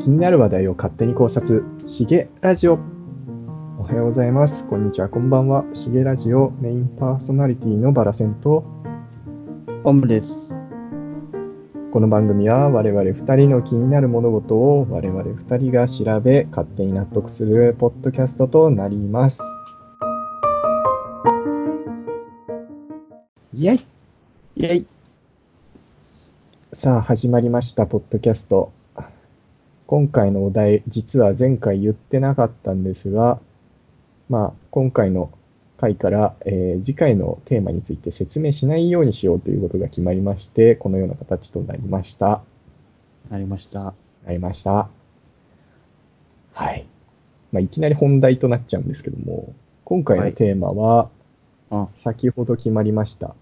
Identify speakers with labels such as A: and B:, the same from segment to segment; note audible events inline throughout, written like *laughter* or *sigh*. A: 気になる話題を勝手に考察、しげラジオ。おはようございます。こんにちは、こんばんは。しげラジオメインパーソナリティのバラセンと、
B: オムです。
A: この番組は我々2人の気になる物事を我々2人が調べ、勝手に納得するポッドキャストとなります。イェイ
B: イェイ。
A: さあ、始まりました、ポッドキャスト。今回のお題、実は前回言ってなかったんですが、まあ、今回の回から、えー次回のテーマについて説明しないようにしようということが決まりまして、このような形となりました。
B: なりました。
A: なりました。はい。まあ、いきなり本題となっちゃうんですけども、今回のテーマは、
B: あ
A: 先ほど決まりました、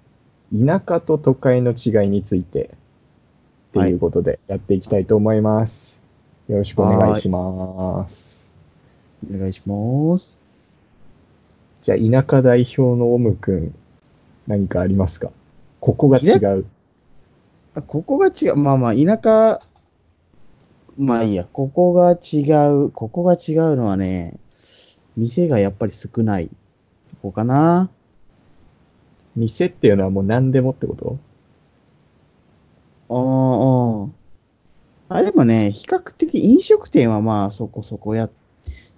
A: 田舎と都会の違いについて、と
B: はい
A: いうことでやっていきたいと思います。よろしくお願いします。
B: お願いします。
A: じゃあ、田舎代表のオムくん、何かありますかここが違う。
B: あここが違う。まあまあ、田舎、まあいいや。ここが違う。ここが違うのはね、店がやっぱり少ない。ここかな。
A: 店っていうのはもう何でもってこと
B: ああ。あ、でもね、比較的飲食店はまあそこそこやっ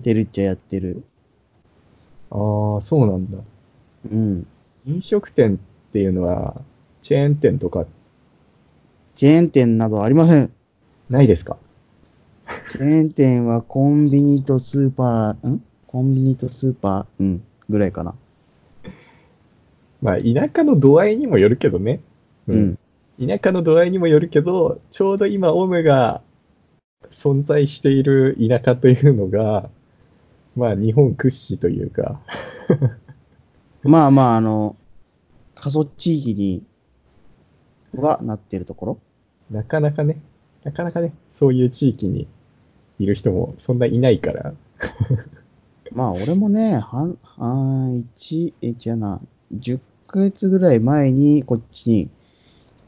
B: てるっちゃやってる。
A: ああ、そうなんだ。
B: うん。
A: 飲食店っていうのは、チェーン店とか
B: チェーン店などありません。
A: ないですか
B: チェーン店はコンビニとスーパー、んコンビニとスーパー、うん、ぐらいかな。
A: まあ、田舎の度合いにもよるけどね。
B: うん。
A: 田舎の度合いにもよるけど、ちょうど今、オムが存在している田舎というのが、まあ、日本屈指というか、
B: まあまあ、あの、過疎地域にはなってるところ
A: なかなかね、なかなかね、そういう地域にいる人もそんないないから、
B: まあ、俺もね、半、半、一、え、じゃな、10ヶ月ぐらい前にこっちに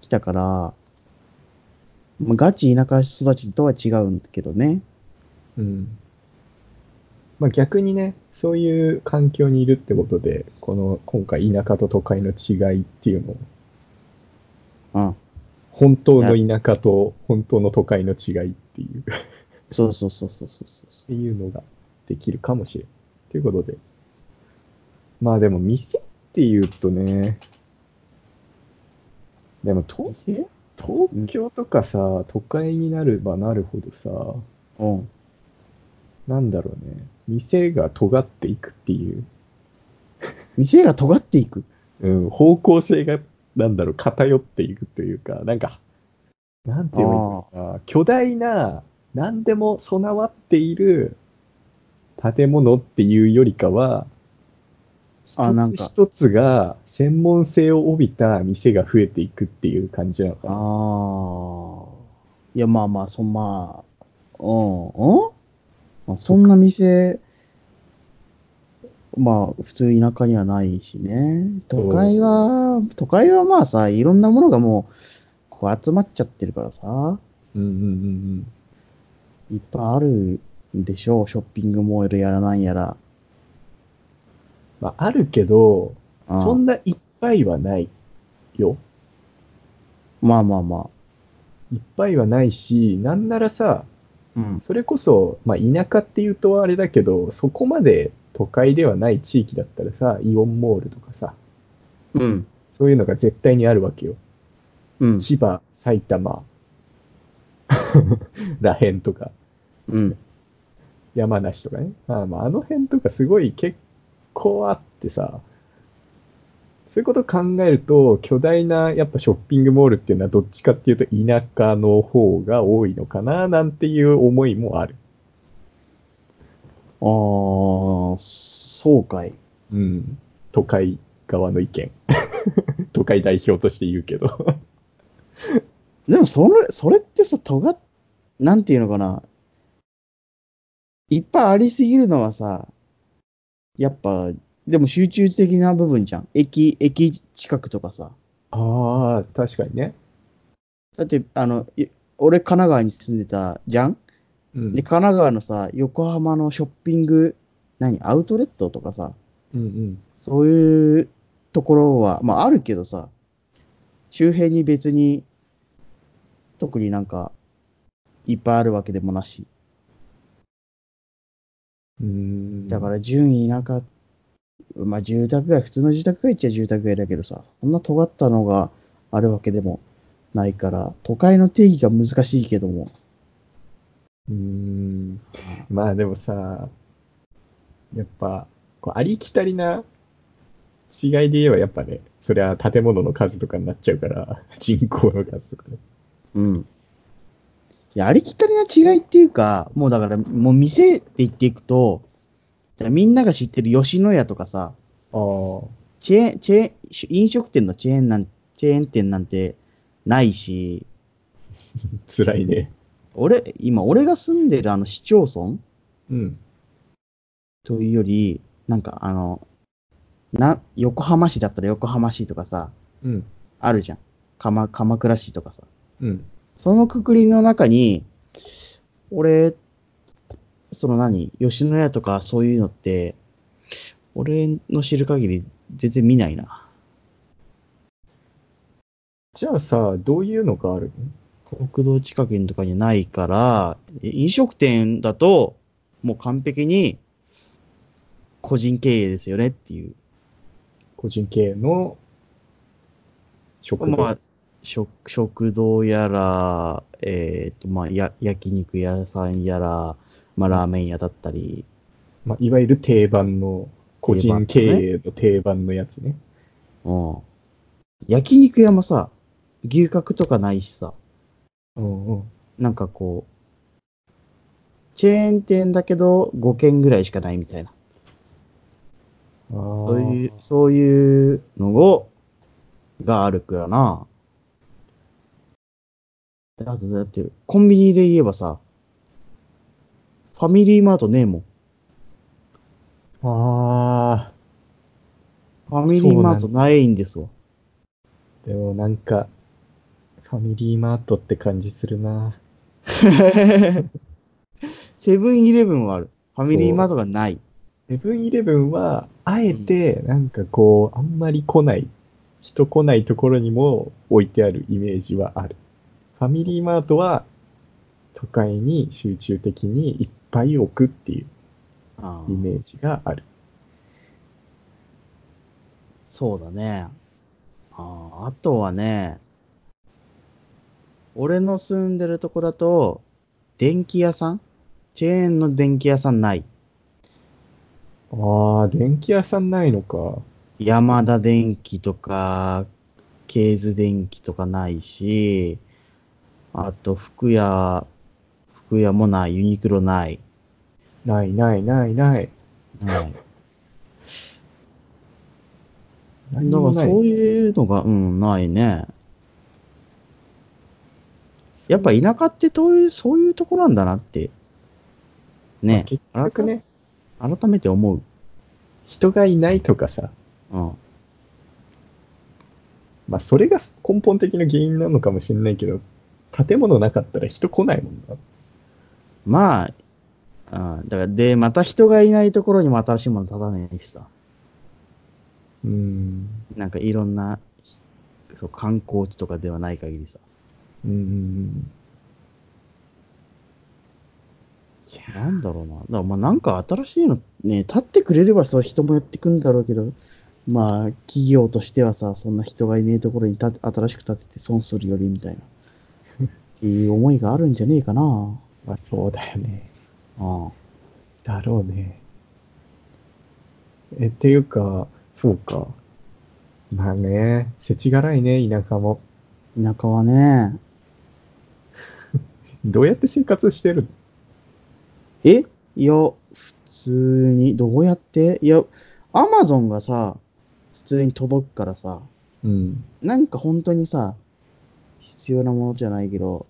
B: 来たから、まあ、ガチ田舎育ちとは違うんだけどね。
A: うん。まあ、逆にね、そういう環境にいるってことで、この、今回、田舎と都会の違いっていうのを、
B: うん。
A: 本当の田舎と本当の都会の違いっていう。 *laughs*
B: そうそうそうそうそうそう
A: っ。ていうのができるかもしれん。ということで。まあでも店っていうとね、でも東
B: 店
A: 東京とかさ、都会になればなるほどさ、
B: うん。
A: なんだろうね、店が尖っていくっていう、
B: 店が尖っていく。
A: うん、方向性が、なんだろう、偏っていくというか、なんか、なんて言えばいいのかな、巨大な、何でも備わっている建物っていうよりかは、
B: あ、なんか。
A: 一つ一つが専門性を帯びた店が増えていくっていう感じなのかな。
B: ああ。いや、まあまあ、そんまあ、うん、うんまあ、そんな店、まあ、普通田舎にはないしね。都会は、都会はまあさ、いろんなものがもう、こう集まっちゃってるからさ、
A: うんうんうん
B: いっぱいあるんでしょう。ショッピングモールやらなんやら。
A: まあ、あるけど、
B: あ
A: そんないっぱいはないよ。
B: まあまあま
A: いっぱいはないし、なんならさ、
B: あ。うん。
A: それこそ、まあ、田舎っていうとあれだけど、そこまで都会ではない地域だったらさ、イオンモールとかさ、
B: うん。
A: そういうのが絶対にあるわけよ。
B: うん。
A: 千葉、埼玉 *laughs* らへんとか。
B: うん。
A: 山梨とかね。あまああの辺とかすごい結構あってさ、そういうことを考えると、巨大なやっぱショッピングモールっていうのはどっちかっていうと田舎の方が多いのかななんていう思いもある。
B: ああ、そうかい。
A: うん。都会側の意見。 *laughs* 都会代表として言うけど。
B: でもそれ、それってさ、とが、なんていうのかな。いっぱいありすぎるのはさ、やっぱ、でも集中的な部分じゃん。駅、駅近くとかさ。
A: ああ、確かにね。
B: だって、あの、い俺、神奈川に住んでたじゃん
A: うん
B: で、神奈川のさ、横浜のショッピング、何、アウトレットとかさ、
A: うんうん。
B: そういうところは、まああるけどさ、周辺に別に、特になんか、いっぱいあるわけでもなし。
A: うーん
B: だから順位なかまあ住宅街、普通の住宅街っちゃ住宅街だけどさ、そんな尖ったのがあるわけでもないから、都会の定義が難しいけども。
A: うーん。まあでもさ、やっぱ、こうありきたりな違いで言えばやっぱね、そりゃ建物の数とかになっちゃうから、 *laughs* 人口の数とかね。
B: うん。いや、ありきたりな違いっていうか、もうだから、もう店で言っていくと、じゃあみんなが知ってる吉野家とかさ、
A: ああ。
B: チェーン、チェーン、飲食店のチェーンなん、チェーン店なんてないし、
A: 辛いね。
B: 俺、今、俺が住んでるあの市町村
A: うん。
B: というより、なんかあの、な、横浜市だったら横浜市とかさ、
A: うん。
B: あるじゃん。鎌鎌倉市とかさ。
A: うん。
B: そのくくりの中に、俺、その何、吉野家とかそういうのって、俺の知る限り全然見ないな。
A: じゃあさ、どういうのがある
B: 国道近くにとかにないから、え飲食店だと、もう完璧に、個人経営ですよねっていう。
A: 個人経営の食堂。
B: まあ、食食堂やら、えっ、と、まあ、や、焼肉屋さんやら、まあ、ラーメン屋だったり、
A: まあ、いわゆる定番の、個人経営の定番のやつね。
B: うん。焼肉屋もさ、牛角とかないしさ、
A: うんうん。
B: なんかこう、チェーン店だけど5軒ぐらいしかないみたいな。
A: ああ。
B: そういう、そういうのを、があるからな。であと、だって、コンビニで言えばさ、ファミリーマートねえもん。
A: あ
B: ファミリーマートないんですわ。
A: あ。でもなんか、ファミリーマートって感じするな。
B: セブンイレブンはある。ファミリーマートがない。
A: セブンイレブンは、あえて、なんかこう、あんまり来ない、人来ないところにも置いてあるイメージはある。ファミリーマートは、都会に集中的にいっぱい置くっていう
B: あ
A: イ
B: ー
A: メージがある。
B: そうだね。あああとはね、俺の住んでるとこだと、電気屋さんチェーンの電気屋さんない。
A: ああ、電気屋さんないのか。
B: ヤマダ電機とか、ケーズ電機とかないし、あと、服屋、服屋もない、ユニクロない。
A: ないないないない。
B: はい、
A: 何に
B: だか
A: も
B: ら
A: ない。
B: そういうのが、うん、ないね。やっぱ田舎ってどういう、そういうとこなんだなって、ね、
A: 結局ね、
B: 改改めて思う。
A: 人がいないとかさ、
B: うん。
A: まあそれが根本的な原因なのかもしれないけど、建物なかったら人来ないもんな。
B: まあ、あだから、で、また人がいないところにも新しいもの立たないしさ、
A: うん。
B: なんかいろんな、そう観光地とかではない限りさ。
A: うん。
B: なんだろうな。だからまあなんか新しいのね、立ってくれればさ、人もやってくんだろうけど、まあ企業としてはさ、そんな人がいねえところに立て新しく建てて損するよりみたいな、 *laughs* っていう思いがあるんじゃねえかな。
A: まあそうだよね。
B: ああ
A: だろうね。え、っていうか、そうか。まあね、世知辛いね、田舎も。
B: 田舎はね、
A: どうやって生活してる
B: えいや、普通に、どうやっていや、アマゾンがさ、普通に届くからさ、
A: のうん。
B: なんか本当にさ、必要なものじゃないけど、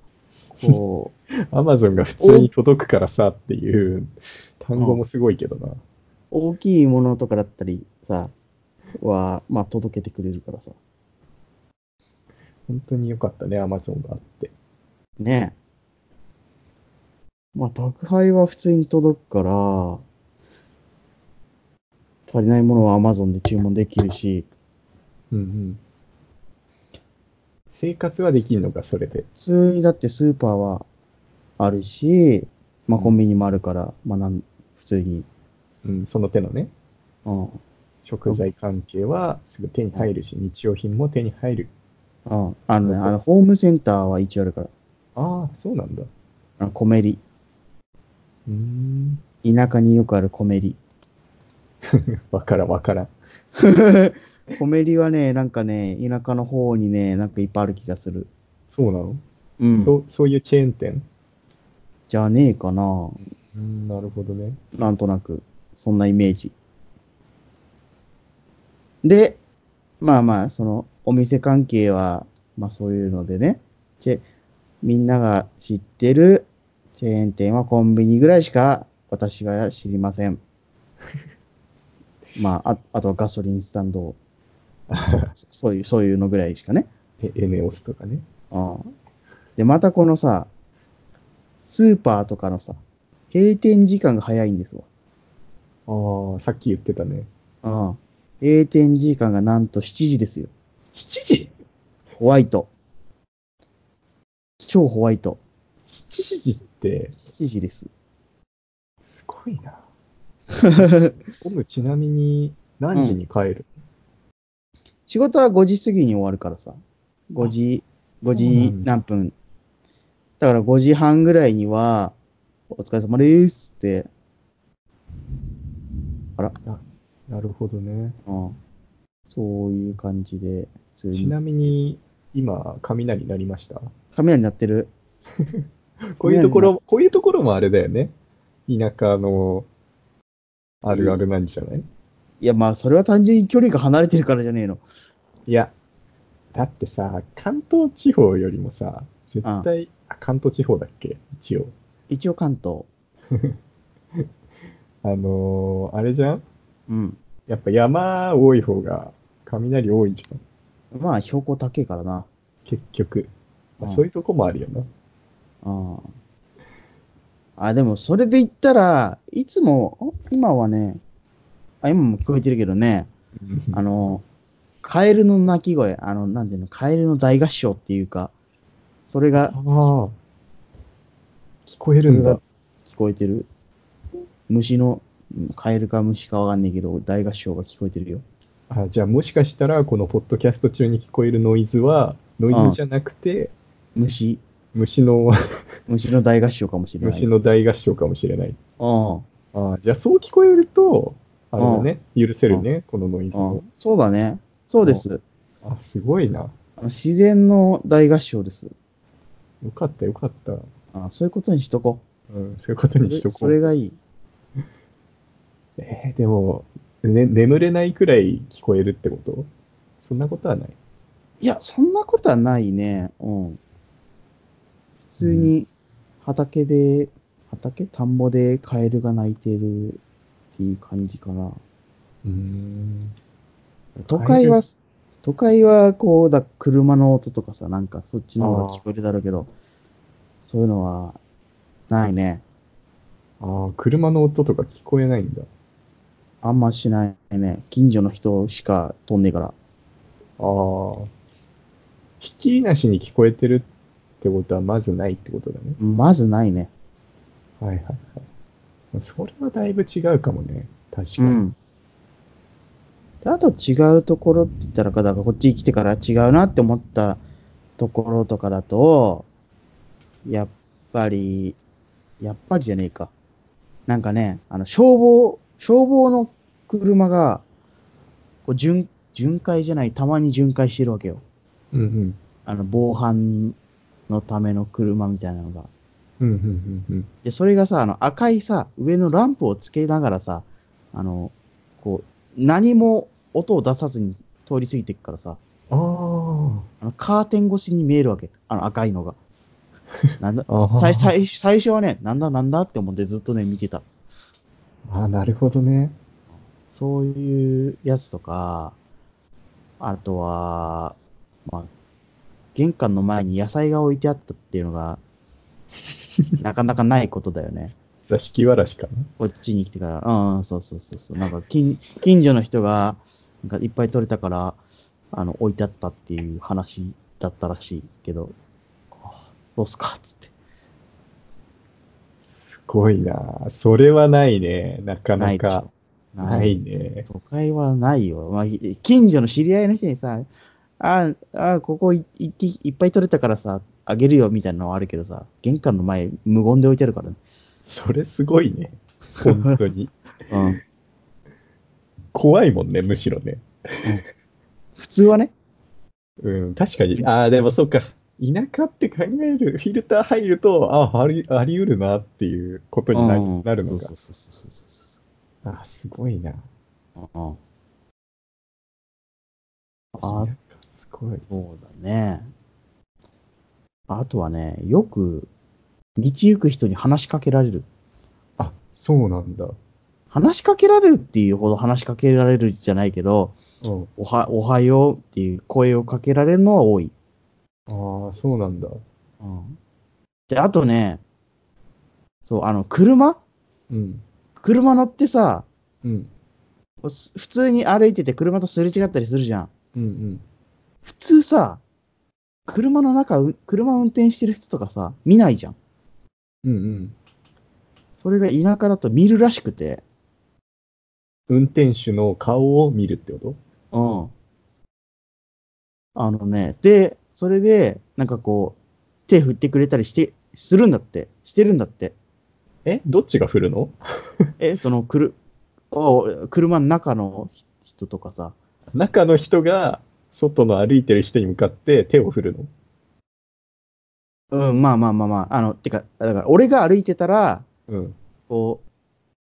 B: こう、
A: アマゾンが普通に届くからさっていう単語もすごいけどな。
B: 大きいものとかだったりさ、は、まあ、届けてくれるからさ。
A: 本当に良かったね、アマゾンがあって。
B: ねえ。まあ、宅配は普通に届くから、足りないものは Amazon で注文できるし、
A: うんうん。生活はできるのか、それで。
B: 普通にだってスーパーはあるし、まあ、コンビニもあるから、まあ、なん、普通に。
A: うん、その手のね、
B: うん。
A: 食材関係はすぐ手に入るし、日用品も手に入る。
B: うん。あのね、あの、ホームセンターは一応あるから。
A: ああ、そうなんだ。
B: あの、コメリ。
A: うーん。
B: 田舎によくあるコメリ。
A: わからんわからん。
B: *laughs* コメリはね、なんかね、田舎の方にね、なんかいっぱいある気がする。
A: そうなの、
B: うん。
A: そうそういうチェーン店
B: じゃねえかな。
A: うん、なるほどね。
B: なんとなく。そんなイメージ。で、まあまあ、その、お店関係は、まあそういうのでね、チェ、みんなが知ってるチェーン店はコンビニぐらいしか私は知りませ *laughs* ん。まあ、ああとはガソリンスタンド、そそういう、そういうのぐらいしかね。
A: えエネオスとかね。
B: うんで、またこのさ、スーパーとかのさ、閉店時間が早いんですわ。
A: ああ、さっき言ってたね。
B: うん。閉店時間がなんと7時ですよ。
A: 7時
B: ホワイト。超ホワイト。
A: ?7 時って、
B: 7時です。 *laughs*
A: すごいな。オムちなみに何時に帰る、
B: 仕事は5時過ぎに終わるからさ。5時、5時何分。だから5時半ぐらいには、お疲れ様ですって、
A: なるほどね。
B: うん。そういう感じで、普通
A: ち
B: に。
A: なみに、今、雷鳴りました。
B: カメラになってる。
A: こういうところ、こういうところもあれだよね。田舎のあるあるなんじゃない
B: いや、まあ、それは単純に距離が離れてるからじゃねえの。
A: いや、だってさ、関東地方よりもさ、絶対、あ関東地方だっけ一応。
B: 一応関東。
A: あのーあれじゃん
B: うん。
A: やっぱ山多い方が雷多いじゃん。
B: まあ、標高高いからな。
A: 結局。まあ
B: うん
A: そういうとこもあるよな。
B: ああ。あ、でも、それで言ったら、いつも、今はね、あ、今も聞こえてるけどね、あの、カエルの鳴き声、あの、なんていうの、カエルの大合唱っていうか、それが
A: ああ。聞こえるんだ。
B: 聞こえてる。虫の、うんカエルか虫かわかんないけど、大合唱が聞こえてるよ。
A: あじゃあもしかしたらこのポッドキャスト中に聞こえるノイズはノイズじゃなくて
B: 虫、
A: 虫の
B: 虫の大合唱かもしれない。
A: 虫の大合唱かもしれない。
B: うん。
A: あじゃあそう聞こえるとあれだね許せるねこのノイズ
B: う
A: も。
B: ん、そうだね。そうです。
A: あすごいな。
B: あの自然の大合唱です。
A: よかったよかった。
B: あそういうことにしとこ
A: うん、そういうことにしと
B: う。
A: こ
B: それ
A: う。
B: がいい。
A: えーでも、ね、眠れないくらい聞こえるってことそんなことはない。
B: いや、そんなことはないね。うん。普通に畑で、畑田んぼでカエルが鳴いてるっていう感じかな。
A: うん。
B: 都会は、都会はこうだ、車の音とかさ、なんかそっちの方が聞こえるだろうけど、そういうのはないね。
A: ああ、車の音とか聞こえないんだ。
B: あんましないね。近所の人しか飛んねえから。
A: ああ。ひっきりなしに聞こえてるってことはまずないってことだね。
B: まずないね。
A: はいはいはい。それはだいぶ違うかもね。確か
B: う
A: に。
B: ん。であと違うところって言ったら、だからこっち来てから違うなって思ったところとかだと、やっぱり、やっぱりじゃねえか。なんかね、あの、消防、消防の車が、こう巡、巡回じゃない、たまに巡回してるわけよ。
A: うんうん。
B: あの、防犯のための車みたいなのが。
A: うんうんうんうん。
B: で、それがさ、あの赤いさ、上のランプをつけながらさ、あの、こう、何も音を出さずに通り過ぎていくからさ、
A: あ
B: あのカーテン越しに見えるわけ。あの赤いのが。なんだ
A: あ。ああ
B: 最最最初はね、なんだなんだって思ってずっとね、見てた。
A: ああ、なるほどね。
B: そういうやつとか、あとは、まあ、玄関の前に野菜が置いてあったっていうのが、なかなかないことだよね。
A: 座敷わらしかな。
B: こっちに来てから、うん、そうそうそうそう。なんか近、近所の人が、なんかいっぱい取れたから、あの、置いてあったっていう話だったらしいけど、あそうっすか、つって。
A: すごいな。それはないね。なか
B: な
A: ない
B: でし
A: か。
B: ょ。
A: な。いね。
B: 都会はないよ。まあ、い近所の知り合いの人にさ、ああ、ここいいいっぱい取れたからさ、あげるよみたいなのはあるけどさ、玄関の前、無言で置いてあるからね。
A: それすごいね。本当に。
B: うん、
A: 怖いもんね、むしろね。
B: 普通はね、
A: うん、確かに。ああ、でもそうか。田舎って考える、フィルター入ると、ああ、あり、あり得るなっていうことになる,、
B: うん
A: なるのか。
B: そうそうそうそうそうそうそう。
A: あーすごいな。
B: うんあ
A: 田舎すごい。
B: そうだね。あとはね、よく、道行く人に話しかけられる。
A: あ、そうなんだ。
B: 話しかけられるっていうほど話しかけられるじゃないけど、
A: うん。
B: おは、おはようっていう声をかけられるのは多い。
A: ああ、そうなんだ。
B: うん。で、あとね、そう、あの、車
A: うん。
B: 車乗ってさ、
A: うん。
B: す普通に歩いてて車とすれ違ったりするじゃん。
A: うんうん。
B: 普通さ、車の中、う車運転してる人とかさ、見ないじゃん。
A: うんうん。
B: それが田舎だと見るらしくて。
A: 運転手の顔を見るってこと
B: うん。あのね、で、それで、なんかこう、手振ってくれたりして、するんだって。してるんだって。
A: えどっちが振るの
B: え、その、くる、お車の中の人人とかさ。
A: 中の人が外の歩いてる人に向かって手を振るの
B: うん、まあまあまあまあ、あの、てか、だから俺が歩いてたら、
A: うん。
B: こう、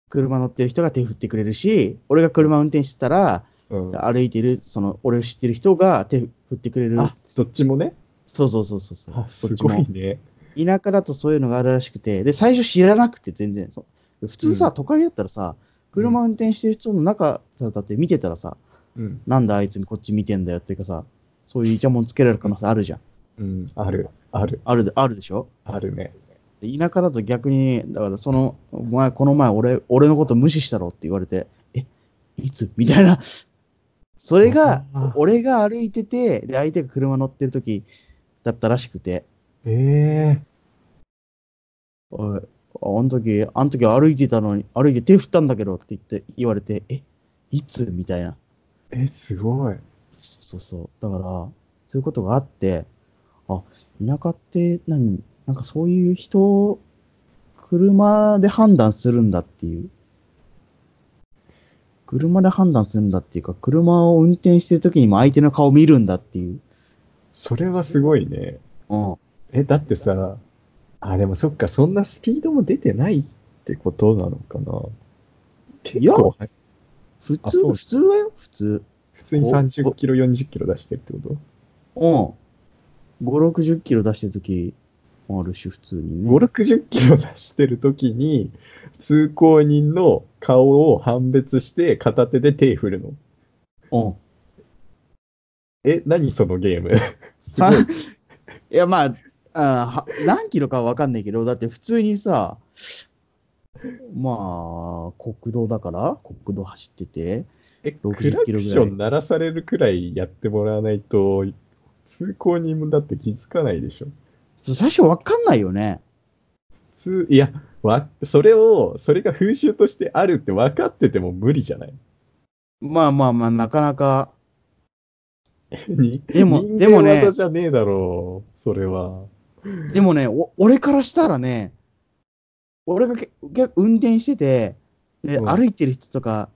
B: 車乗ってる人が手振ってくれるし、俺が車運転してたら、
A: うん、
B: 歩いてる、その、俺を知ってる人が手振ってくれる。
A: あどっちもね。
B: そうそうそうそうそう。
A: あす
B: どっち
A: ご
B: も
A: いね。
B: 田舎だとそういうのがあるらしくて、で、最初知らなくて全然、そう普通さ、
A: うん
B: 都会だったらさ、車運転してる人の中だって見てたらさ、
A: うん。
B: なんであいつにこっち見てんだよっていうかさ、そういうイチャモンつけられる可能性あるじゃん。
A: うん。ある。ある。
B: あるで、あるでしょ
A: あるね。
B: で田舎だと逆に、だからその、お前、この前俺、俺のこと無視したろって言われて、え、いつみたいな。それが
A: あー、
B: 俺が歩いてて、で、相手が車乗ってる時だったらしくて、
A: ええ
B: おい、あん時、あん時歩いてたのに、歩いて手振ったんだけどって言って、言われて、え、いつみたいな。
A: え、すごい。
B: そうそうそう。だから、そういうことがあって、あ、田舎って何なんかそういう人を車で判断するんだっていう。車で判断するんだっていうか、車を運転してる時にも相手の顔見るんだっていう。
A: それはすごいね。
B: うん。
A: え、だってさ、あ、でもそっか、そんなスピードも出てないってことなのかな。結構、はい
B: 普
A: あそ
B: 通、
A: う
B: 普通だよ、普通。
A: 普通に
B: お
A: 30キロ、40キロ出してるってこと
B: うん。5、60キロ出してる時もあるし、普通にね。
A: 5、60キロ出してるときに、通行人の顔を判別して、片手で手振るの。
B: うん。
A: え、何そのゲーム
B: さ *laughs* いや、まあ、あーは何キロかは分かんないけど、だって普通にさ、まあ、国道だから、国道走ってて、
A: え、ク
B: 60
A: ラ
B: キロ
A: ク
B: ぐらい
A: ション鳴らされるくらいやってもらわないと、通行人もだって気づかないでしょ。
B: 最初分かんないよね。
A: 普通、いや、わ、それを、それが風習としてあるって分かってても無理じゃない
B: まあまあまあ、なかなか、
A: に
B: *laughs* でも
A: 人間
B: でもね
A: 技じゃねえだろう、それは。
B: でもね、お俺からしたらね、俺がけけ運転してて、で
A: うん
B: 歩いてる人とか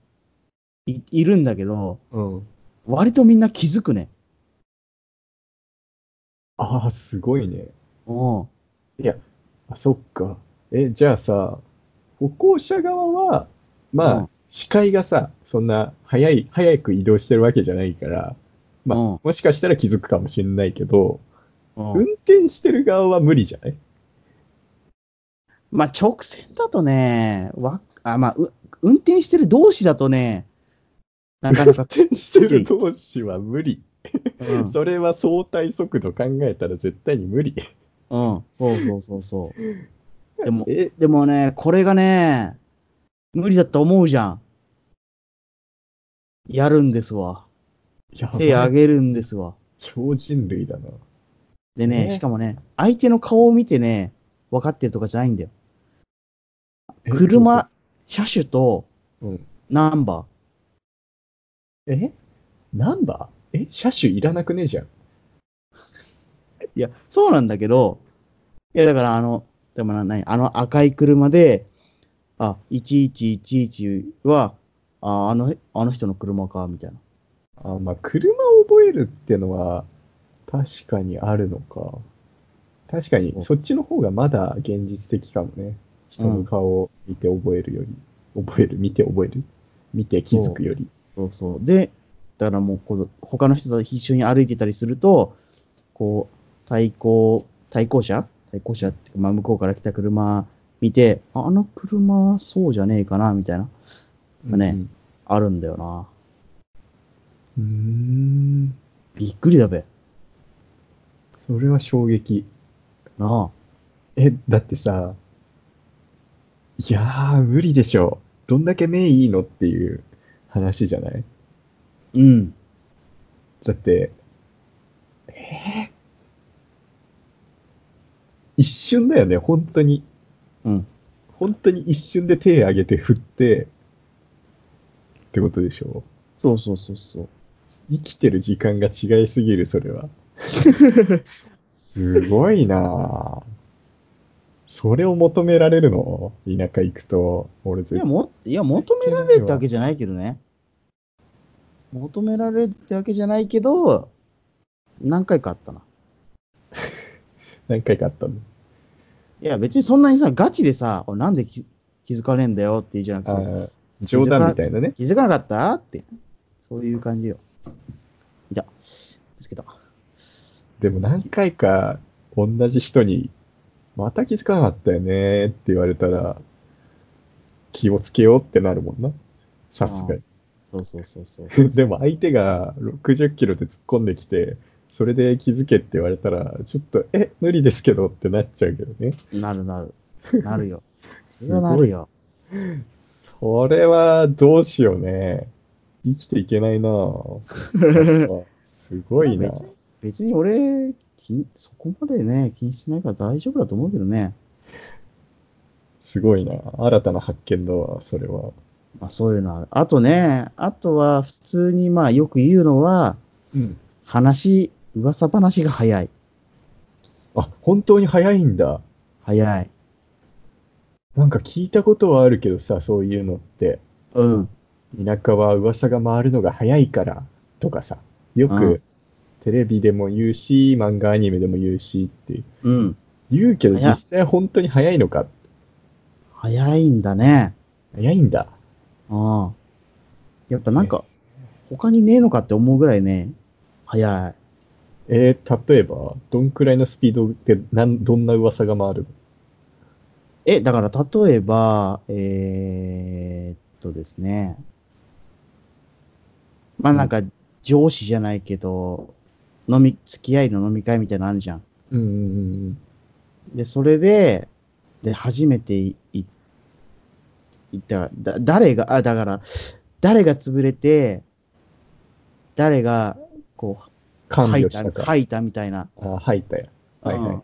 B: いいるんだけど、
A: うん。
B: 割とみんな気づくね。
A: ああ、すごいね。
B: うん。
A: あ、そっか。え、じゃあさ、歩行者側は、まあ、
B: うん
A: 視界がさ、そんな早い、早く移動してるわけじゃないから、まあ、
B: うん
A: もしかしたら気づくかもしれないけど、
B: うん
A: 運転してる側は無理じゃない
B: まあ、直線だとね、わあまあ、う運転してる同士だとね、なかな *laughs* か、
A: 運転してる同士は無理。
B: うん
A: それは相対速度考えたら絶対に無理。
B: うん、そうそうそうそう。でも、
A: え、
B: でもね、これがね、無理だと思うじゃん。やるんですわ。
A: やばい
B: 手あげるんですわ。
A: 超人類だな。
B: でね、
A: ね
B: しかもね、相手の顔を見てね、分かってるとかじゃないんだよ。
A: え
B: 車、車種と
A: うん。
B: ナンバ
A: えナンバーえ車種いらなくねえじゃん。
B: ー。いや、そうなんだけど、いや、だからあの、でもな、何あの赤い車で、あ、1111は、あ、あの、あの人の車か、みたいな。
A: あ、まあ、車を覚えるってのは、確かにあるのか。確かに
B: そ、う
A: そっちの方がまだ現実的かもね。人の顔を見て覚えるより、覚える、見て覚える、見て気づくより。
B: そうそう。で、だからもうこう、他の人と一緒に歩いてたりすると、こう、対向、対向車対向車っていうか、まあ、向こうから来た車見て、ああの車、そうじゃねえかな、みたいな、まあね
A: うん
B: あるんだよな。
A: うーん、
B: びっくりだべ。
A: それは衝撃。
B: なあ。
A: え、だってさ、いやー、無理でしょ。どんだけ目いいのっていう話じゃない
B: うん。
A: だって、えー一瞬だよね、本当に。
B: うん。
A: 本当に一瞬で手上げて振って、ってことでしょ
B: そうそうそうそう。
A: 生きてる時間が違いすぎる、それは。すごいなぁ。それを求められるの田舎行くと、俺
B: い
A: 絶
B: や、
A: 対。
B: も、いや、求められるわけじゃないけどね。求められるってわけじゃないけど、何回かあったな。
A: 何回かあったの。
B: いや、別にそんなにさ、ガチでさ、おなんで気気づかねえんだよって言うじゃなくて、
A: あー冗談みたいなね。
B: 気づかなかったって、そういう感じよ。いや、ですけど。
A: でも何回か同じ人に、また気づかなかったよねって言われたら、気をつけようってなるもんな。さすがに。。
B: そうそうそうそう
A: *laughs* でも相手が60キロで突っ込んできて、それで気づけって言われたら、ちょっと、え、無理ですけどってなっちゃうけどね。
B: なるなる。なるよ。それはなるよ。
A: これはどうしようね。生きていけない *laughs* なぁあすごいな
B: 別に別に俺、気にそこまでね、気にしないから大丈夫だと思うけどね。
A: すごいな新たな発見だわ、それは。
B: まあそういうのはある。あとね、あとは普通にまあよく言うのは、
A: うん。
B: 話、噂話が早い。
A: あ、本当に早いんだ。
B: 早い。
A: なんか聞いたことはあるけどさ、そういうのって。
B: うん。
A: 田舎は噂が回るのが早いからとかさ、よ
B: うん
A: くテレビでも言うし、漫画アニメでも言うしって
B: うん。
A: 言うけど、
B: 早っ
A: 実際本当に早いのか。
B: 早いんだね。
A: 早いんだ。
B: ああ。やっぱなんか、他にねえのかって思うぐらいね、早い。
A: えー、例えば、どんくらいのスピードでなんどんな噂が回る
B: え、だから例えば、えー、っとですね。まあなんか、上司じゃないけど、飲み、付き合いの飲み会みたいなのあるじゃん。
A: うんうん
B: で、それで、で、初めていい行った、だ、誰が、あ、だから、誰が潰れて、誰が、こう、
A: 完
B: 吐
A: 了
B: い、
A: したたか。
B: 吐いたみたいな。
A: あ、吐いたや。はいはい。
B: う
A: うん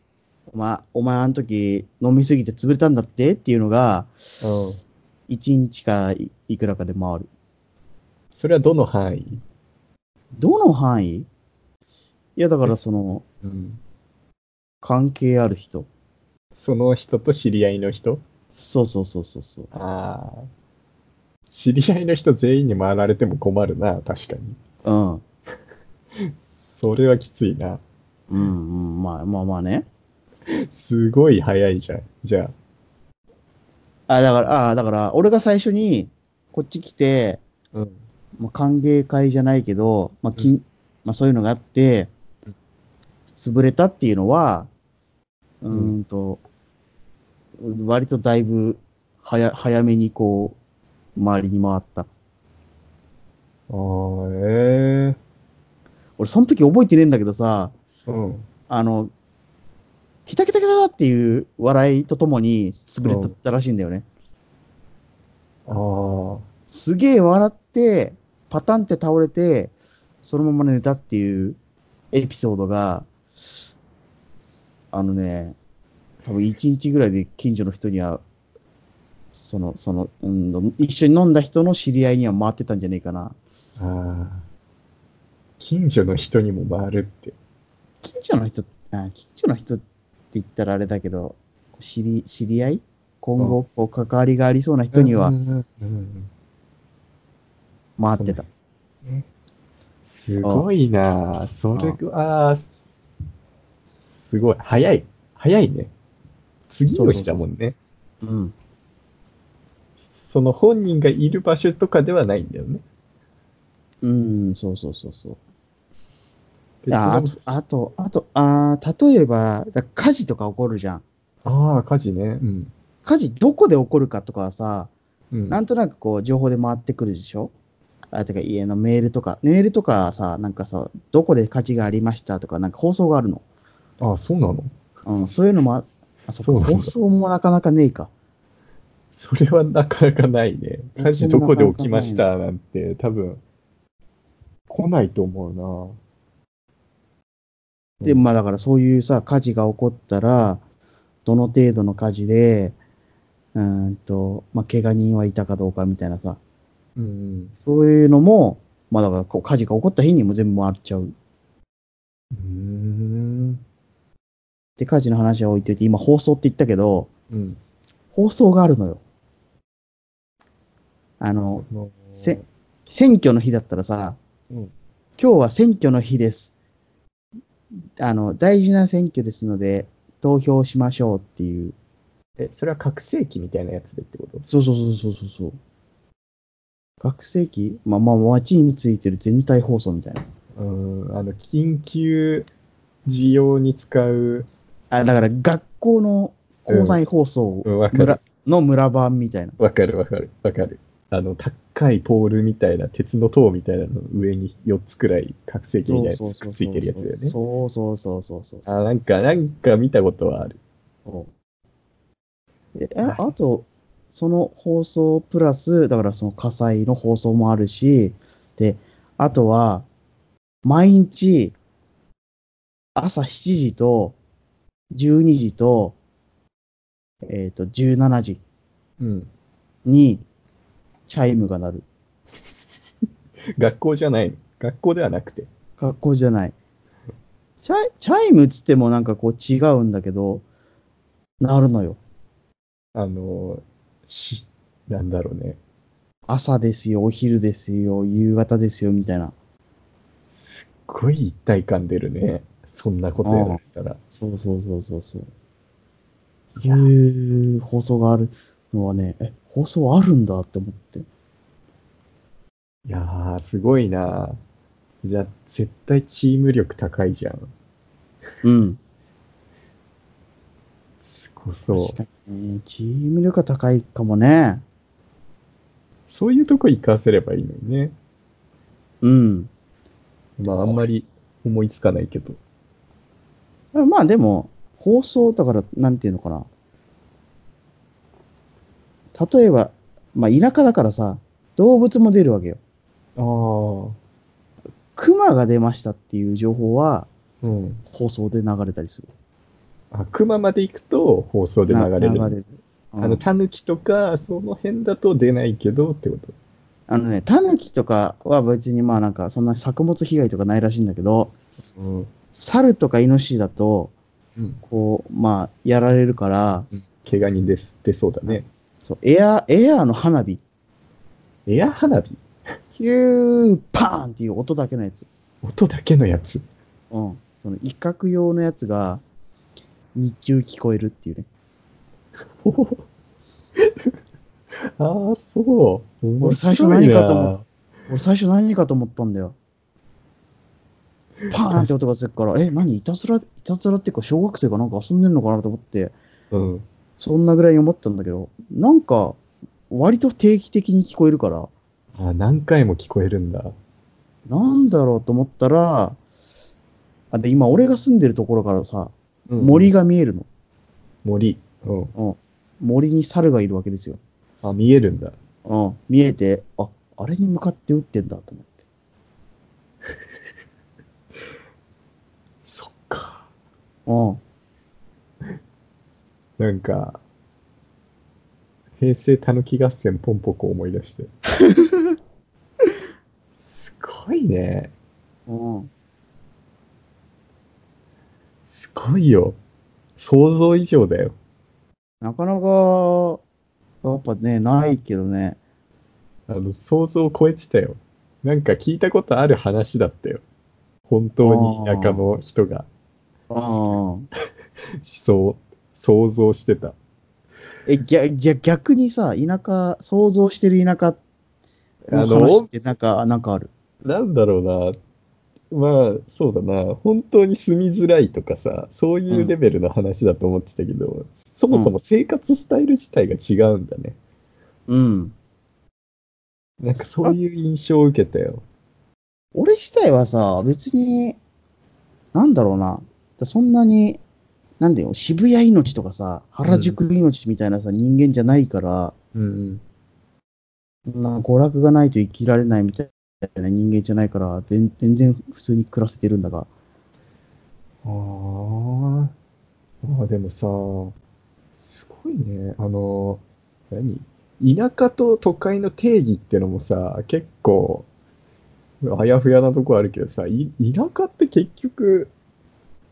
B: お前、お前あの時飲みすぎて潰れたんだってっていうのが、
A: ん。
B: 1日かいいくらかで回る。
A: それはどの範囲
B: どの範囲いや、だからその、
A: うん。
B: 関係ある人。
A: その人と知り合いの人
B: そうそうそうそうそう。
A: ああ。知り合いの人全員に回られても困るな、確かに。
B: うん。
A: それはきついな。
B: うん、うん、まあまあまあね。
A: すごい早いじゃん。じゃあ。
B: あ、だから、あだから、俺が最初に、こっち来て、
A: うん。
B: まあ、歓迎会じゃないけど、まあ、きんまあ、そういうのがあって、潰れたっていうのは、うーんと、割とだいぶ早、早めにこう、周りに回った。
A: あーえ
B: 俺、その時覚えてねえんだけどさ、
A: えうん。
B: あの、ひたきたきたっていう笑いとともに潰れたったらしいんだよね。
A: ああ。
B: すげえ笑って、パタンって倒れて、そのまま寝たっていうエピソードが、あのね、多分一日ぐらいで近所の人には、その、その、うん、一緒に飲んだ人の知り合いには回ってたんじゃねえかな。
A: ああ。近所の人にも回るって。
B: 近所の人、あ近所の人って言ったらあれだけど、知り、知り合い今後、こう、関わりがありそうな人に
A: う
B: は
A: んうんうん
B: 回ってた。
A: うんすごいなあそれは、すごい。早い。早いね。次の日だもんね。
B: うん。
A: その本人がいる場所とかではないんだよね。
B: うん、そうそうそうそう。
A: 別の
B: ああと、あと、あと、あー例えば、だ火事とか起こるじゃん。
A: ああ、火事ね。うん。
B: 火事どこで起こるかとかはさ、
A: うん、
B: なんとなくこう、情報で回ってくるでしょあ、てか家のメールとか、メールとかさ、なんかさ、どこで火事がありましたとか、なんか放送があるの。
A: ああ、そうなの
B: うん、そういうのもあ、あ、そ
A: そう
B: っ
A: なん
B: か、
A: だ
B: 放送もなかなかねえか。
A: それはなかなかないね。
B: うん
A: 火事どこで起きましたなんて、多分、来ないと思うな。
B: で、まあだからそういうさ、火事が起こったら、どの程度の火事で、うーんと、まあ怪我人はいたかどうかみたいなさ、
A: うん。
B: そういうのも、まあだからこう火事が起こった日にも全部回っちゃう。
A: うん。
B: で、火事の話は置いといて、今放送って言ったけど、
A: うん。
B: 放送があるのよ。あの、
A: その
B: せ選挙の日だったらさ、
A: うん
B: 今日は選挙の日です。あの、大事な選挙ですので、投票しましょうっていう。
A: え、それは拡声器みたいなやつでってこと
B: そうそうそうそうそうそう。学生期まあまあ、街についてる全体放送みたいな。
A: うん。あの、緊急需要に使う、
B: あ、だから学校の校内放送
A: うんわかる
B: 村。の村版みたいな。
A: わかるわかるわかる。あの、高いポールみたいな、鉄の塔みたいなの上に4つくらい拡声器みたいなやつくっついてるやつだよね。
B: そうそうそうそうそうそう。
A: あ、なんか、なんか見たことはある。
B: え、ああと、その放送プラス、だからその火災の放送もあるし、で、あとは、毎日、朝7時と、12時と、えっ、と、17時
A: うん。
B: に、チャイムが鳴る。
A: 学校じゃないの。学校ではなくて。
B: 学校じゃない。チャイチャイムっつってもなんかこう違うんだけど、鳴るのよ。
A: あの、し、なんだろうね。
B: 朝ですよ、お昼ですよ、夕方ですよ、みたいな。
A: すっごい一体感出るね。そんなことやられたら。
B: そうそうそうそうそう。
A: い
B: そういう放送があるのはね、え、放送あるんだって思って。
A: いやー、すごいなじゃあ、絶対チーム力高いじゃん。
B: うん。
A: すごそう。
B: 確かにね、チーム力が高いかもね。
A: そういうとこ活かせればいいのにね。
B: うん。
A: まあ、あんまり思いつかないけど。
B: まあでも、放送だから、なんていうのかな。例えば、まあ田舎だからさ、動物も出るわけよ。
A: ああ、
B: 熊が出ましたっていう情報は
A: うん。
B: 放送で流れたりする。
A: あ、熊まで行くと放送で流れる。
B: な流れる。うん
A: あの、タヌキとか、その辺だと出ないけどってこと。
B: あのね、タヌキとかは別にまあなんかそんな作物被害とかないらしいんだけど、
A: うん。
B: 猿とかイノシシだと、
A: うん。
B: こう、まあやられるから、
A: 怪我人です、出そうだね。
B: そうエア、エアーの花火、
A: エア花火
B: ヒューパーンっていう音だけのやつ。
A: 音だけのや
B: *laughs*
A: つ。
B: うん。その威嚇用のやつが、日中聞こえるっていうね。
A: ほほほああ、そう。
B: 俺最初何かと思っ俺最初何かと思ったんだよ。パーンって音がするから、え、何いたずら、いたずらっていうか小学生がなんか遊んでんのかなと思って、
A: うん。
B: そんなぐらいに思ったんだけど、なんか、割と定期的に聞こえるから、
A: あ何回も聞こえるんだ。
B: なんだろうと思ったら、あで今、俺が住んでるところからさ、
A: うん
B: 森が見えるの。
A: 森。うん。
B: 森に猿がいるわけですよ。
A: あ、見えるんだ。
B: うん、見えて、あ、あれに向かって打ってんだと思って。
A: そっか。
B: うん。
A: なんか、平成たぬき合戦ポンポコ思い出して。 *laughs* すごいね。
B: うん、
A: すごいよ。想像以上だよ。
B: なかなか、やっぱね、ないけどね。
A: あの、想像を超えてたよ。なんか聞いたことある話だったよ。本当に田舎の人が
B: うん。
A: 思想、想像してた。
B: え、ぎゃ、じゃ、逆にさ、田舎、想像してる田舎
A: あ
B: の
A: の、
B: 話ってなんか、なんかある。
A: なんだろうな。まあ、そうだな。本当に住みづらいとかさ、そういうレベルの話だと思ってたけど、そもそも生活スタイル自体が違うんだね。
B: うん。
A: なんかそういう印象を受けたよ。
B: 俺自体はさ、別に、なんだろうな。そんなに、なんだよ、渋谷命とかさ、原宿命みたいなさ、人間じゃないから、
A: うん。
B: なんか娯楽がないと生きられないみたいな人間じゃないから、全全然普通に暮らせてるんだが。
A: ああ。まあでもさ、すごいね。あの、何田舎と都会の定義ってのもさ、結構、あやふやなとこあるけどさ、い田舎って結局、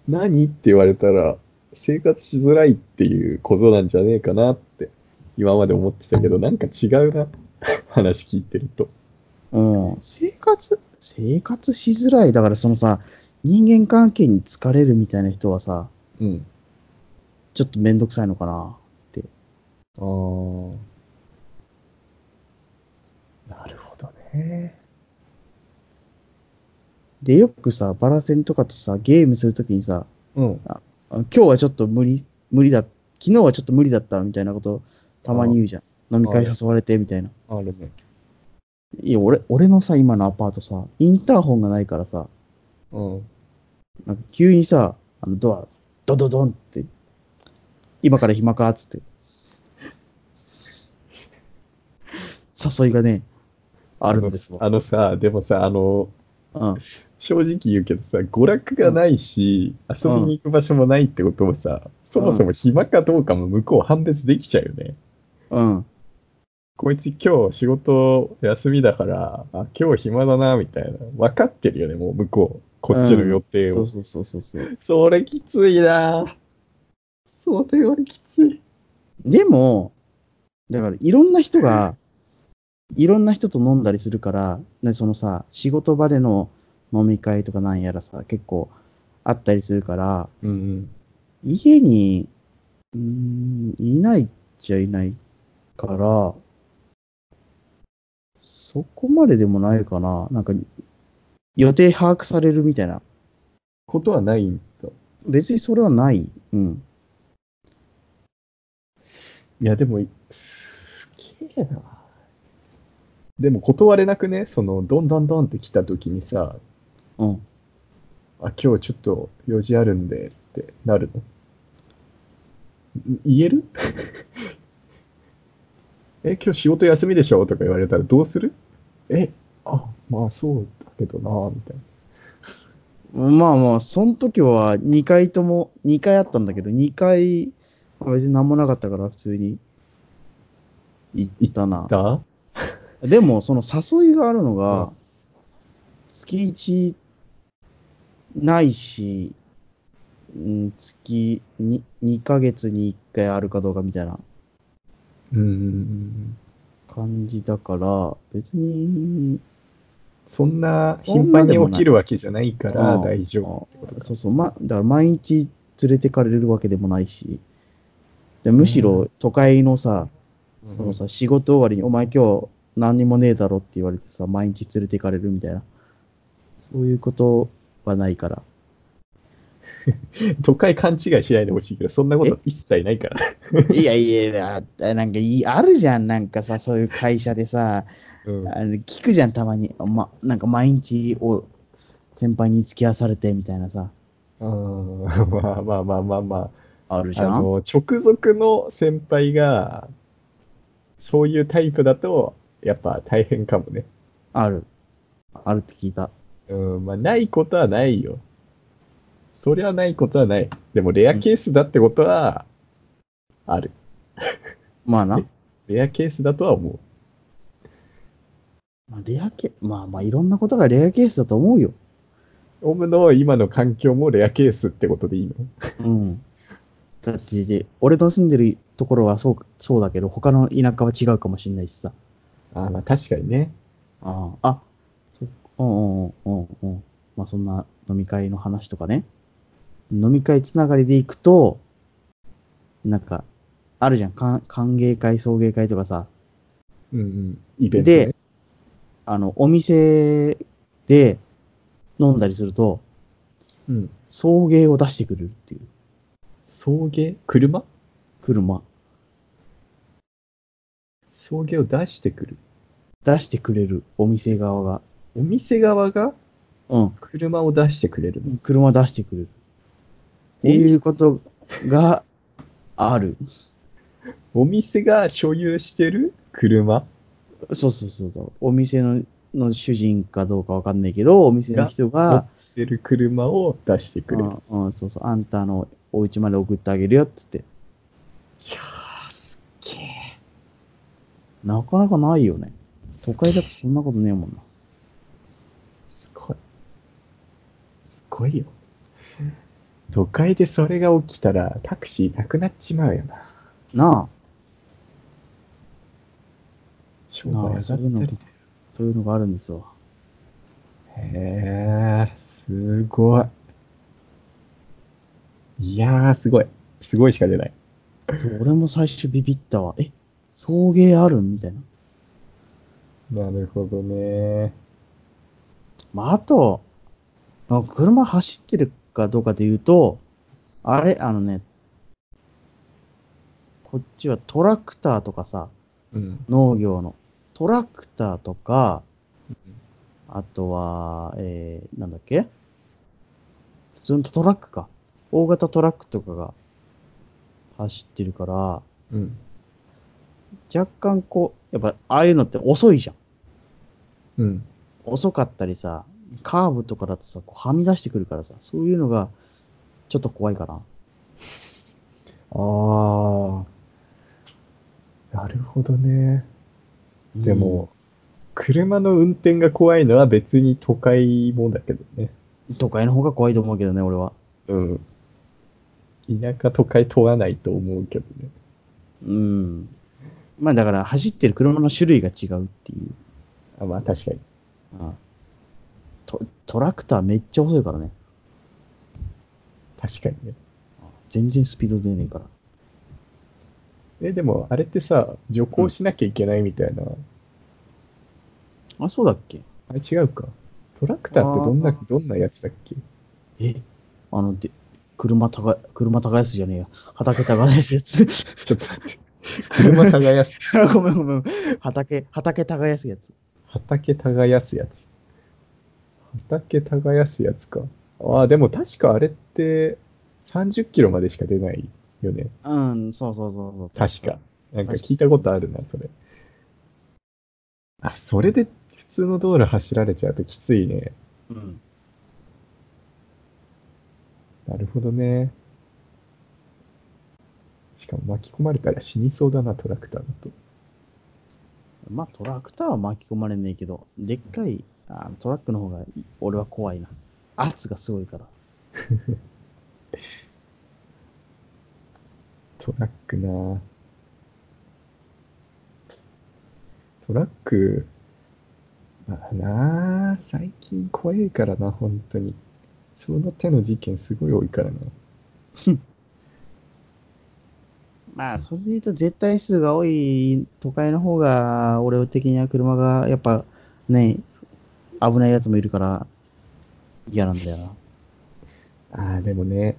A: 何って言われたら、生活しづらいっていうことなんじゃねえかなって、今まで思ってたけど、なんか違うな。 *laughs* 話聞いてると。
B: うん。生活、生活しづらい。だからそのさ、人間関係に疲れるみたいな人はさ、
A: うん。
B: ちょっとめんどくさいのかな。
A: ああ。なるほどね。
B: で、よくさ、バラ戦とかとさ、ゲームするときにさ、
A: うん。
B: あ今日はちょっと無理、無理だ、昨日はちょっと無理だったみたいなこと、たまに言うじゃん。飲み会
A: あ
B: 誘われてみたいな。
A: あるね。
B: いや、俺、俺のさ、今のアパートさ、インターホンがないからさ、
A: うん。
B: なんか急にさ、あのドア、ドドドンって、今から暇かっつって。誘いがね、あるんですわ。
A: あのさ、でもさ、あの、
B: うん。
A: 正直言うけどさ、娯楽がないし、遊びに行く場所もないってこともさ、そもそも暇かどうかも向こう判別できちゃうよね。
B: うん。
A: こいつ今日仕事休みだから、あ、今日暇だな、みたいな。分かってるよね、もう向こう。こっちの予定を。
B: そうそうそうそうそう。
A: それきついなそれはきつい。
B: でも、だからいろんな人が、いろんな人と飲んだりするから、ね、そのさ、仕事場での飲み会とかなんやらさ、結構あったりするから、
A: うん。
B: 家に、うーん、いないっちゃいないから、そこまででもないかな。なんか、予定把握されるみたいな。
A: ことはないんだ。
B: 別にそれはない。うん。
A: いや、でも、すげえな。でも断れなくね、その、どんどんどんって来た時にさ、
B: うん。
A: あ、今日ちょっと用事あるんでってなるの。ん言える *laughs* え、今日仕事休みでしょとか言われたらどうするえ、あ、まあそうだけどな、みたいな。
B: まあまあ、その時は2回とも、2回あったんだけど、2回、別に何もなかったから普通に行ったな。
A: だ
B: でも、その誘いがあるのが、
A: うん
B: 月1ないし、うん、月 2, 2ヶ月に1回あるかどうかみたいな
A: うん。
B: 感じだから、別に、
A: そんな
B: そん
A: 頻
B: な
A: 繁
B: で
A: に
B: もな
A: 起
B: い
A: きるわけじゃないから
B: うん
A: 大丈夫ってことか。
B: そうそう、ま、だから毎日連れてかれるわけでもないし、でむしろ都会のさ、そのさ、仕事終わりに、お前今日何にもねえだろって言われてさ、毎日連れてかれるみたいな、そういうことはな
A: *laughs*
B: いから。
A: 都会勘違いしないでほしいけど、そんなこと一切ないから。
B: いやいやいや、あなんかいい、あるじゃん、なんかさ、そういう会社でさ、
A: うん
B: あの聞くじゃん、たまに、ま、なんか毎日を先輩に付き合わされてみたいなさ、
A: あー *laughs* まあまあまあまあまあ。
B: あるじ
A: あ
B: ゃん。
A: の、直属の先輩が、そういうタイプだと、やっぱ大変かもね。
B: ある。あるって聞いた。
A: うん、まあ、ないことはないよ。そりゃないことはない。でも、レアケースだってことは、ある。
B: まあな
A: え。レアケースだとは思う。
B: まあ、レアケ、まあまあいろんなことがレアケースだと思うよ。
A: オムの今の環境もレアケースってことでいいの
B: うん。だって、で俺の住んでるところはそう、そうだけど、他の田舎は違うかもしれないしさ。
A: あーまあ、確かにね。
B: ああ、あ、そうんうんうんうんうん。まあそんな飲み会の話とかね。飲み会つながりで行くと、なんか、あるじゃん。かん歓迎会、送迎会とかさ。
A: うんうん。イベント、ね
B: で。、あの、お店で飲んだりすると、
A: うん。
B: 送迎を出してくれるっていう。
A: 送迎車
B: 車。
A: 送迎を出してくる。
B: 出してくれる。お店側が。
A: お店側が
B: うん。
A: 車を出してくれるの。
B: 車出してくれる。っていうことがある。
A: お店が所有してる車
B: そうそうそうそう。お店のの主人かどうかわかんないけど、お店の人が、
A: してる車を出してくれる。
B: うんうん、そうそう、あんたのお家まで送ってあげるよっつって。
A: いやー、すっげえ。
B: なかなかないよね。都会だとそんなことねえもんな。
A: すごい。すごいよ。都会でそれが起きたらタクシーなくなっちまうよな。
B: なあ、
A: 商売上がった
B: なあそういうの
A: り。
B: そういうのがあるんですわ。
A: へえ、すごい。いやー、すごい。すごいしか出ない。
B: そう俺も最初ビビったわ。え、送迎あるみたいな。
A: なるほどね。
B: まあ、あと、まあ車走ってるかどうかで言うと、あれ、あのね、こっちはトラクターとかさ、
A: うん。
B: 農業の。トラクターとか
A: ん、
B: あとは、えー、なんだっけ普通のトラックか。大型トラックとかが走ってるから、
A: うん。
B: 若干こう、やっぱああいうのって遅いじゃん。
A: うん。
B: 遅かったりさ、カーブとかだとさ、こうはみ出してくるからさ、そういうのがちょっと怖いかな。
A: ああ。なるほどね。でも、車の運転が怖いのは別に都会もだけどね。
B: うん、都会の方が怖いと思うけどね、俺は。
A: うん。田舎都会問わないと思うけどね。
B: うん。まあだから走ってる車の種類が違うっていう。
A: あまあ確かに。
B: あトトラクターめっちゃ遅いからね。
A: 確かにね。
B: 全然スピード出ねえから。
A: え、でもあれってさ、徐行しなきゃいけないみたいな。
B: あ、そうだっけ
A: あれ違うか。トラクターってどんな
B: あ、ー
A: どんなやつだっけ
B: えあの、で、車高い、車高いやつじゃねえや。畑高いやつ。 *laughs*
A: ちょっと待って。車耕す、
B: ごめんごめん。畑、畑耕すやつ。
A: 畑耕すやつ。畑耕すやつか。ああ、でも確かあれって30キロまでしか出ないよね。
B: うん、そうそうそうそう。
A: 確か。なんか聞いたことあるな、それ。あ、それで普通の道路走られちゃうときついね。
B: うん。
A: なるほどね。しかも巻き込まれたら死にそうだな、トラクターだと。
B: まあトラクターは巻き込まれねえけど、でっかいあトラックの方がい俺は怖いな。圧がすごいから。
A: トラックなトラック、まあなあ最近怖いからな、本当に。その手の事件すごい多いからな。
B: まあ、それで言うと、絶対数が多い都会の方が、俺的には車が、やっぱね、危ないやつもいるから、嫌なんだよな。
A: ああ、でもね、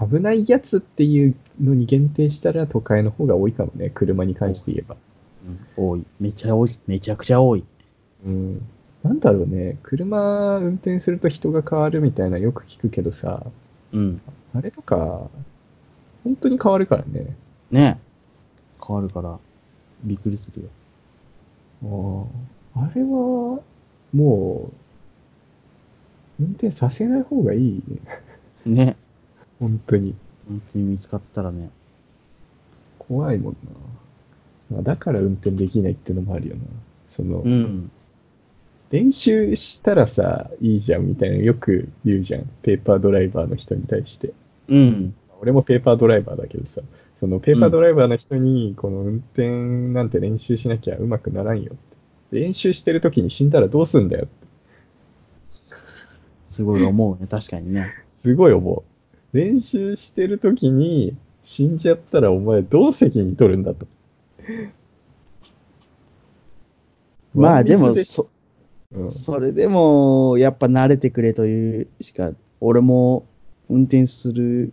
A: 危ないやつっていうのに限定したら都会の方が多いかもね、車に関して言えば。
B: 多い。めちゃ多い。めちゃくちゃ多い。
A: うん。なんだろうね、車運転すると人が変わるみたいなよく聞くけどさ、
B: うん。
A: あれとか、本当に変わるからね。
B: ね変わるから、びっくりするよ。
A: あああれは、もう、運転させない方がいいね。 *laughs*
B: ね
A: 本当に。
B: 本当に見つかったらね。
A: 怖いもんな。まあだから運転できないってのもあるよな。その、
B: うん。
A: 練習したらさ、いいじゃんみたいなのよく言うじゃん。ペーパードライバーの人に対して。
B: うん。
A: 俺もペーパードライバーだけどさ、そのペーパードライバーの人に、この運転なんて練習しなきゃうまくならんよって。練習してる時に死んだらどうすんだよって。
B: すごい思うね。確かにね。
A: すごい思う。練習してる時に死んじゃったらお前どう責任取るんだと。
B: *laughs* まあで
A: ワン
B: も、
A: ミス
B: そ、
A: うん
B: それでも、やっぱ慣れてくれというしか、俺も運転する、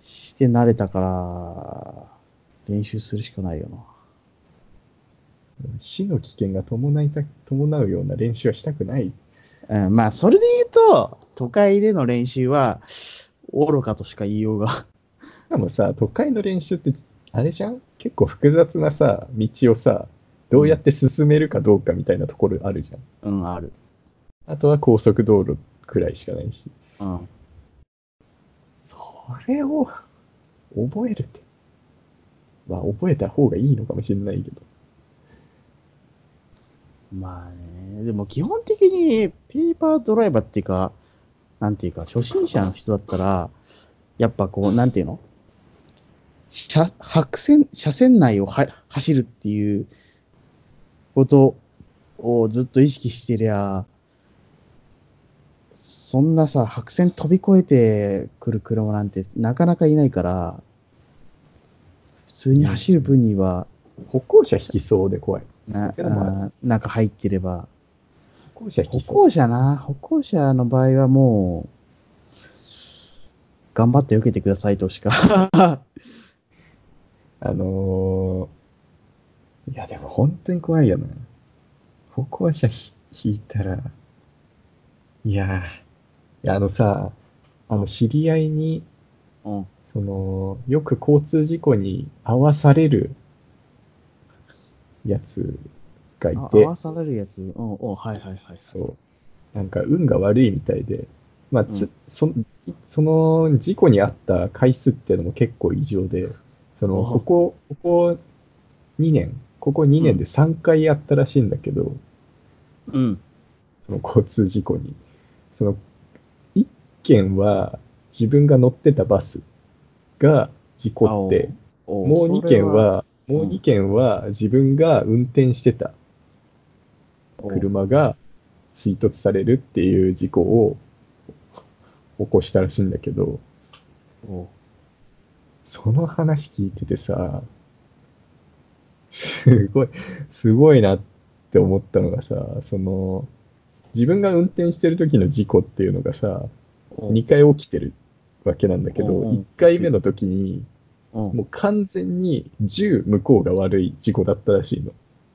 B: して慣れたから、練習するしかないよな。
A: 死の危険が伴いた伴うような練習はしたくない。
B: うん、まあ、それで言うと、都会での練習は、愚かとしか言いようが。
A: しかもさ、都会の練習って、あれじゃん結構複雑なさ、道をさ、どうやって進めるかどうかみたいなところあるじゃん。
B: うん、ある。
A: あとは高速道路くらいしかないし。
B: うん。
A: それを覚えるって。まあ、覚えた方がいいのかもしれないけど。
B: まあね、でも基本的に、ペーパードライバーっていうか、なんていうか、初心者の人だったら、やっぱこう、なんていうの車白線車線内をは走るっていうことをずっと意識してりゃ、そんなさ、白線飛び越えてくる車なんてなかなかいないから、普通に走る分には、
A: 歩行者引きそうで怖い。
B: な、
A: けどま
B: あーなんか入ってれば、
A: 歩行者引
B: 歩
A: きそう。
B: 行者な、歩行者の場合はもう、頑張って避けてくださいと
A: *laughs*
B: しか。
A: あのー、いや、でも本当に怖いよな。歩行者ひ引いたら、いやー、いやあのさ、あの、知り合いに、
B: うん。
A: その、よく交通事故に遭わされるやつがい
B: あ合
A: て
B: わ、されるやつ。うん、うん、はいはいはい。
A: そう、なんか運が悪いみたいで、まあ、つ
B: うん
A: そその事故に遭った回数っていうのも結構異常で、その、
B: お
A: ここ、ここ2年、ここ2年で3回やったらしいんだけど、
B: うん。
A: その交通事故に。その、1件は自分が乗ってたバスが事故って、
B: お
A: もう2件、は、
B: れは
A: もう2件は自分が運転してた
B: それは
A: 車が追突されるっていう事故を起こしたらしいんだけど、
B: おお
A: その話聞いててさ、すごい、すごいなって思ったのがさ、その、自分が運転してる時の事故っていうのがさ、
B: お
A: 2回起きてるわけなんだけど、
B: うんうん
A: 1回目の時に、
B: お
A: もう完全に銃向こうが悪い事故だったらしいの。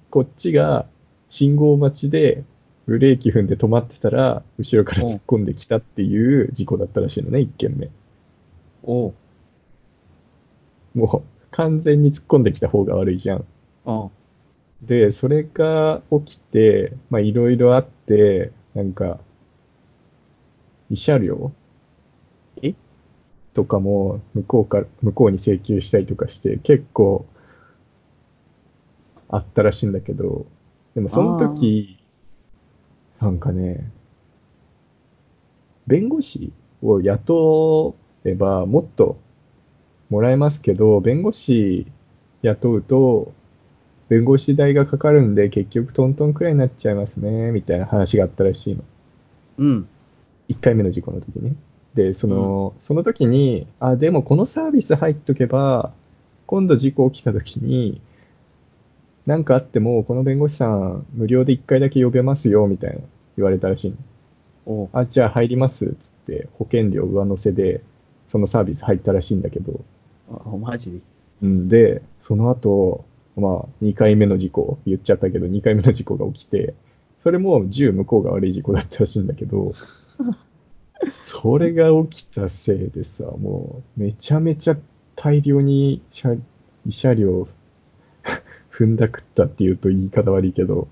A: こっちが信号待ちでブレーキ踏んで止まってたら、後ろから突っ込んできたっていう事故だったらしいのね、1件目。
B: お
A: もう完全に突っ込んできた方が悪いじゃん。
B: お
A: で、それが起きて、まあいろいろあって、なんか、慰謝料
B: え
A: とかも向こうから、向こうに請求したりとかして、結構あったらしいんだけど、でもその時、なんかね、弁護士を雇えばもっともらえますけど、弁護士雇うと、弁護士代がかかるんで、結局トントンくらいになっちゃいますね、みたいな話があったらしいの。
B: うん。
A: 1回目の事故の時ね。で、その、その時に、あ、でもこのサービス入っとけば、今度事故起きた時に、なんかあっても、この弁護士さん、無料で1回だけ呼べますよ、みたいな、言われたらしいの。
B: おう
A: あ、じゃあ入ります、つって、保険料上乗せで、そのサービス入ったらしいんだけど。
B: おマジで。
A: う
B: *laughs*
A: んで、その後、まあ、2回目の事故、言っちゃったけど、2回目の事故が起きて、それも銃向こうが悪い事故だったらしいんだけど、それが起きたせいでさ、もう、めちゃめちゃ大量に車、慰謝料 *laughs* 踏んだくったっていうと言い方悪いけど、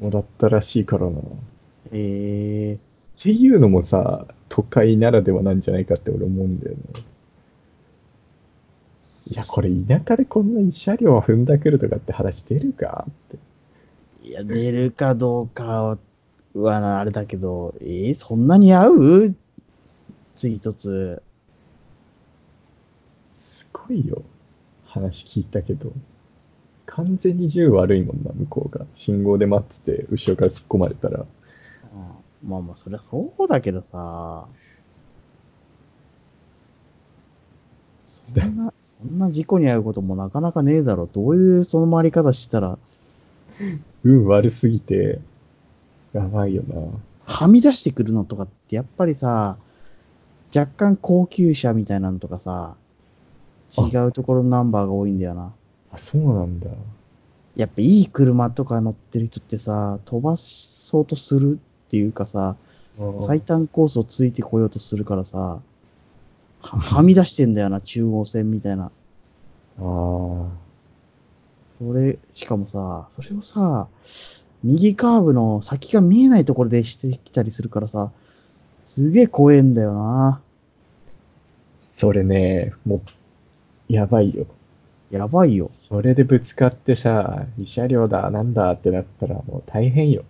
A: もらったらしいからな。っ
B: ええ
A: ていうのもさ、都会ならではなんじゃないかって俺思うんだよね。いや、これ田舎でこんな慰謝料踏んだくるとかって話出るかって。
B: いや、出るかどうかはなあれだけど、えー、そんなに合う次一つ。
A: すごいよ。話聞いたけど。完全に銃悪いもんな、向こうが。信号で待ってて、後ろから突っ込まれたら。
B: うんまあまあ、そりゃそうだけどさ。そんな、そんな事故に遭うこともなかなかねえだろ。どういうその回り方したら、
A: 運悪すぎて、やばいよな。
B: はみ出してくるのとかって、やっぱりさ、若干高級車みたいなのとかさ、違うところのナンバーが多いんだよな。
A: あ、そうなんだ。
B: やっぱいい車とか乗ってる人ってさ、飛ばそうとするっていうかさ、最短コースをついてこようとするからさ、ははみ出してんだよな、中央線みたいな。
A: ああ。
B: それ、しかもさ、それをさ、右カーブの先が見えないところでしてきたりするからさ、すげえ怖えんだよな。
A: それね、もう、やばいよ。
B: やばいよ。
A: それでぶつかってさ、慰謝料だ、なんだってなったらもう大変よ。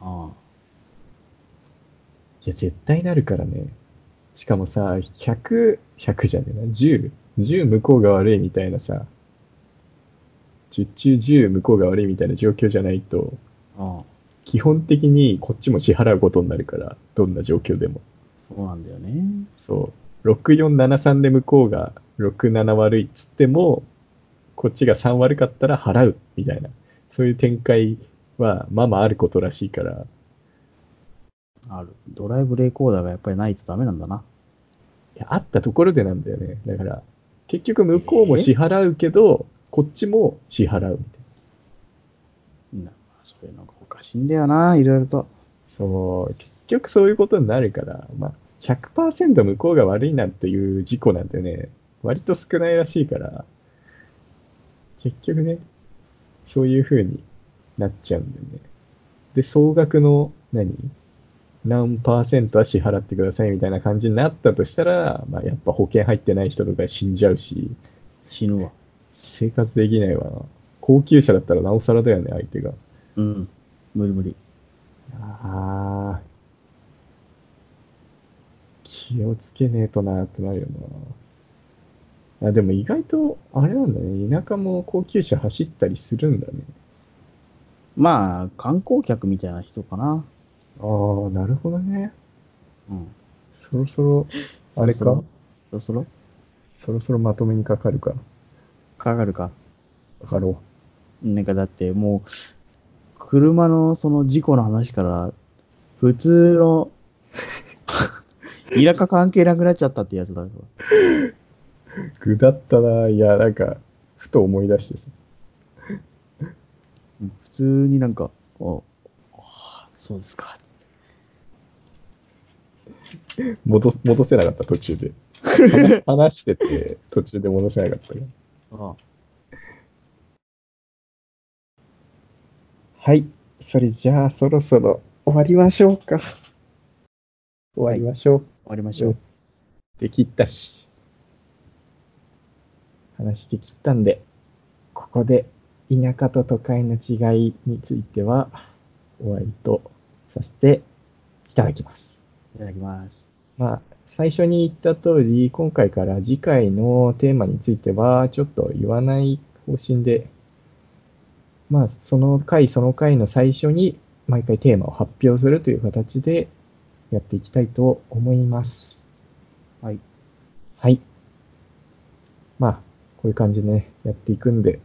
B: あ
A: いや、絶対なるからね。しかもさ、100、100じゃねえな、10、10向こうが悪いみたいなさ、10中10向こうが悪いみたいな状況じゃないと、
B: あ、ああ、
A: 基本的にこっちも支払うことになるから、どんな状況でも。
B: そうなんだよね。
A: そう。6473で向こうが67悪いっつっても、こっちが3悪かったら払うみたいな。そういう展開は、まあまああることらしいから、
B: ある。ドライブレコーダーがやっぱりないとダメなんだな。
A: いやあったところでなんだよね。だから、結局向こうも支払うけど、こっちも支払うみたいな。
B: なそういうのがおかしいんだよな、いろいろと。
A: そう、結局そういうことになるから、まあ、100%向こうが悪いなんていう事故なんてね、割と少ないらしいから、結局ね、そういう風になっちゃうんだよね。で、総額の何、何パーセントは支払ってくださいみたいな感じになったとしたら、まあ、やっぱ保険入ってない人とか死んじゃうし、
B: 死ぬわ。
A: 生活できないわな。高級車だったらなおさらだよね、相手が。
B: うん。無理無理。
A: ああ。気をつけねえとなってなるよな。あ、でも意外と、あれなんだね。田舎も高級車走ったりするんだね。
B: まあ、観光客みたいな人かな。
A: ああ、なるほどね。
B: うん。
A: そろそろ、あれか
B: そろそろそろそろ
A: そろそろまとめにかかるか。
B: かかるか。
A: かかろ
B: なんかだってもう、車のその事故の話から、普通
A: *laughs*
B: の、田舎関係なくなっちゃったってやつだから。
A: う。ぐだったな。いや、なんか、ふと思い出してさ。
B: うん普通になんか、おあそうですか。
A: 戻す戻せなかった、途中で。話してて、途中で戻せなかったから。
B: あ
A: はい。それじゃあ、そろそろ終わりましょうか。終わりましょう。
B: 終わりましょう。
A: できったし。話できったんで、ここで田舎と都会の違いについては、終わりとさせていただきます。
B: いただきます。
A: まあ、最初に言った通り、今回から次回のテーマについては、ちょっと言わない方針で、まあ、その回その回の最初に、毎回テーマを発表するという形でやっていきたいと思います。
B: はい。
A: はい。まあ、こういう感じでね、やっていくんで、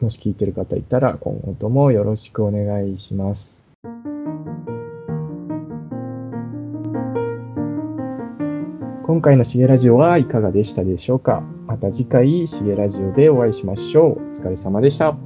A: もし聞いてる方いたら、今後ともよろしくお願いします。今回のしげラジオはいかがでしたでしょうかまた次回、しげラジオでお会いしましょう。お疲れ様でした。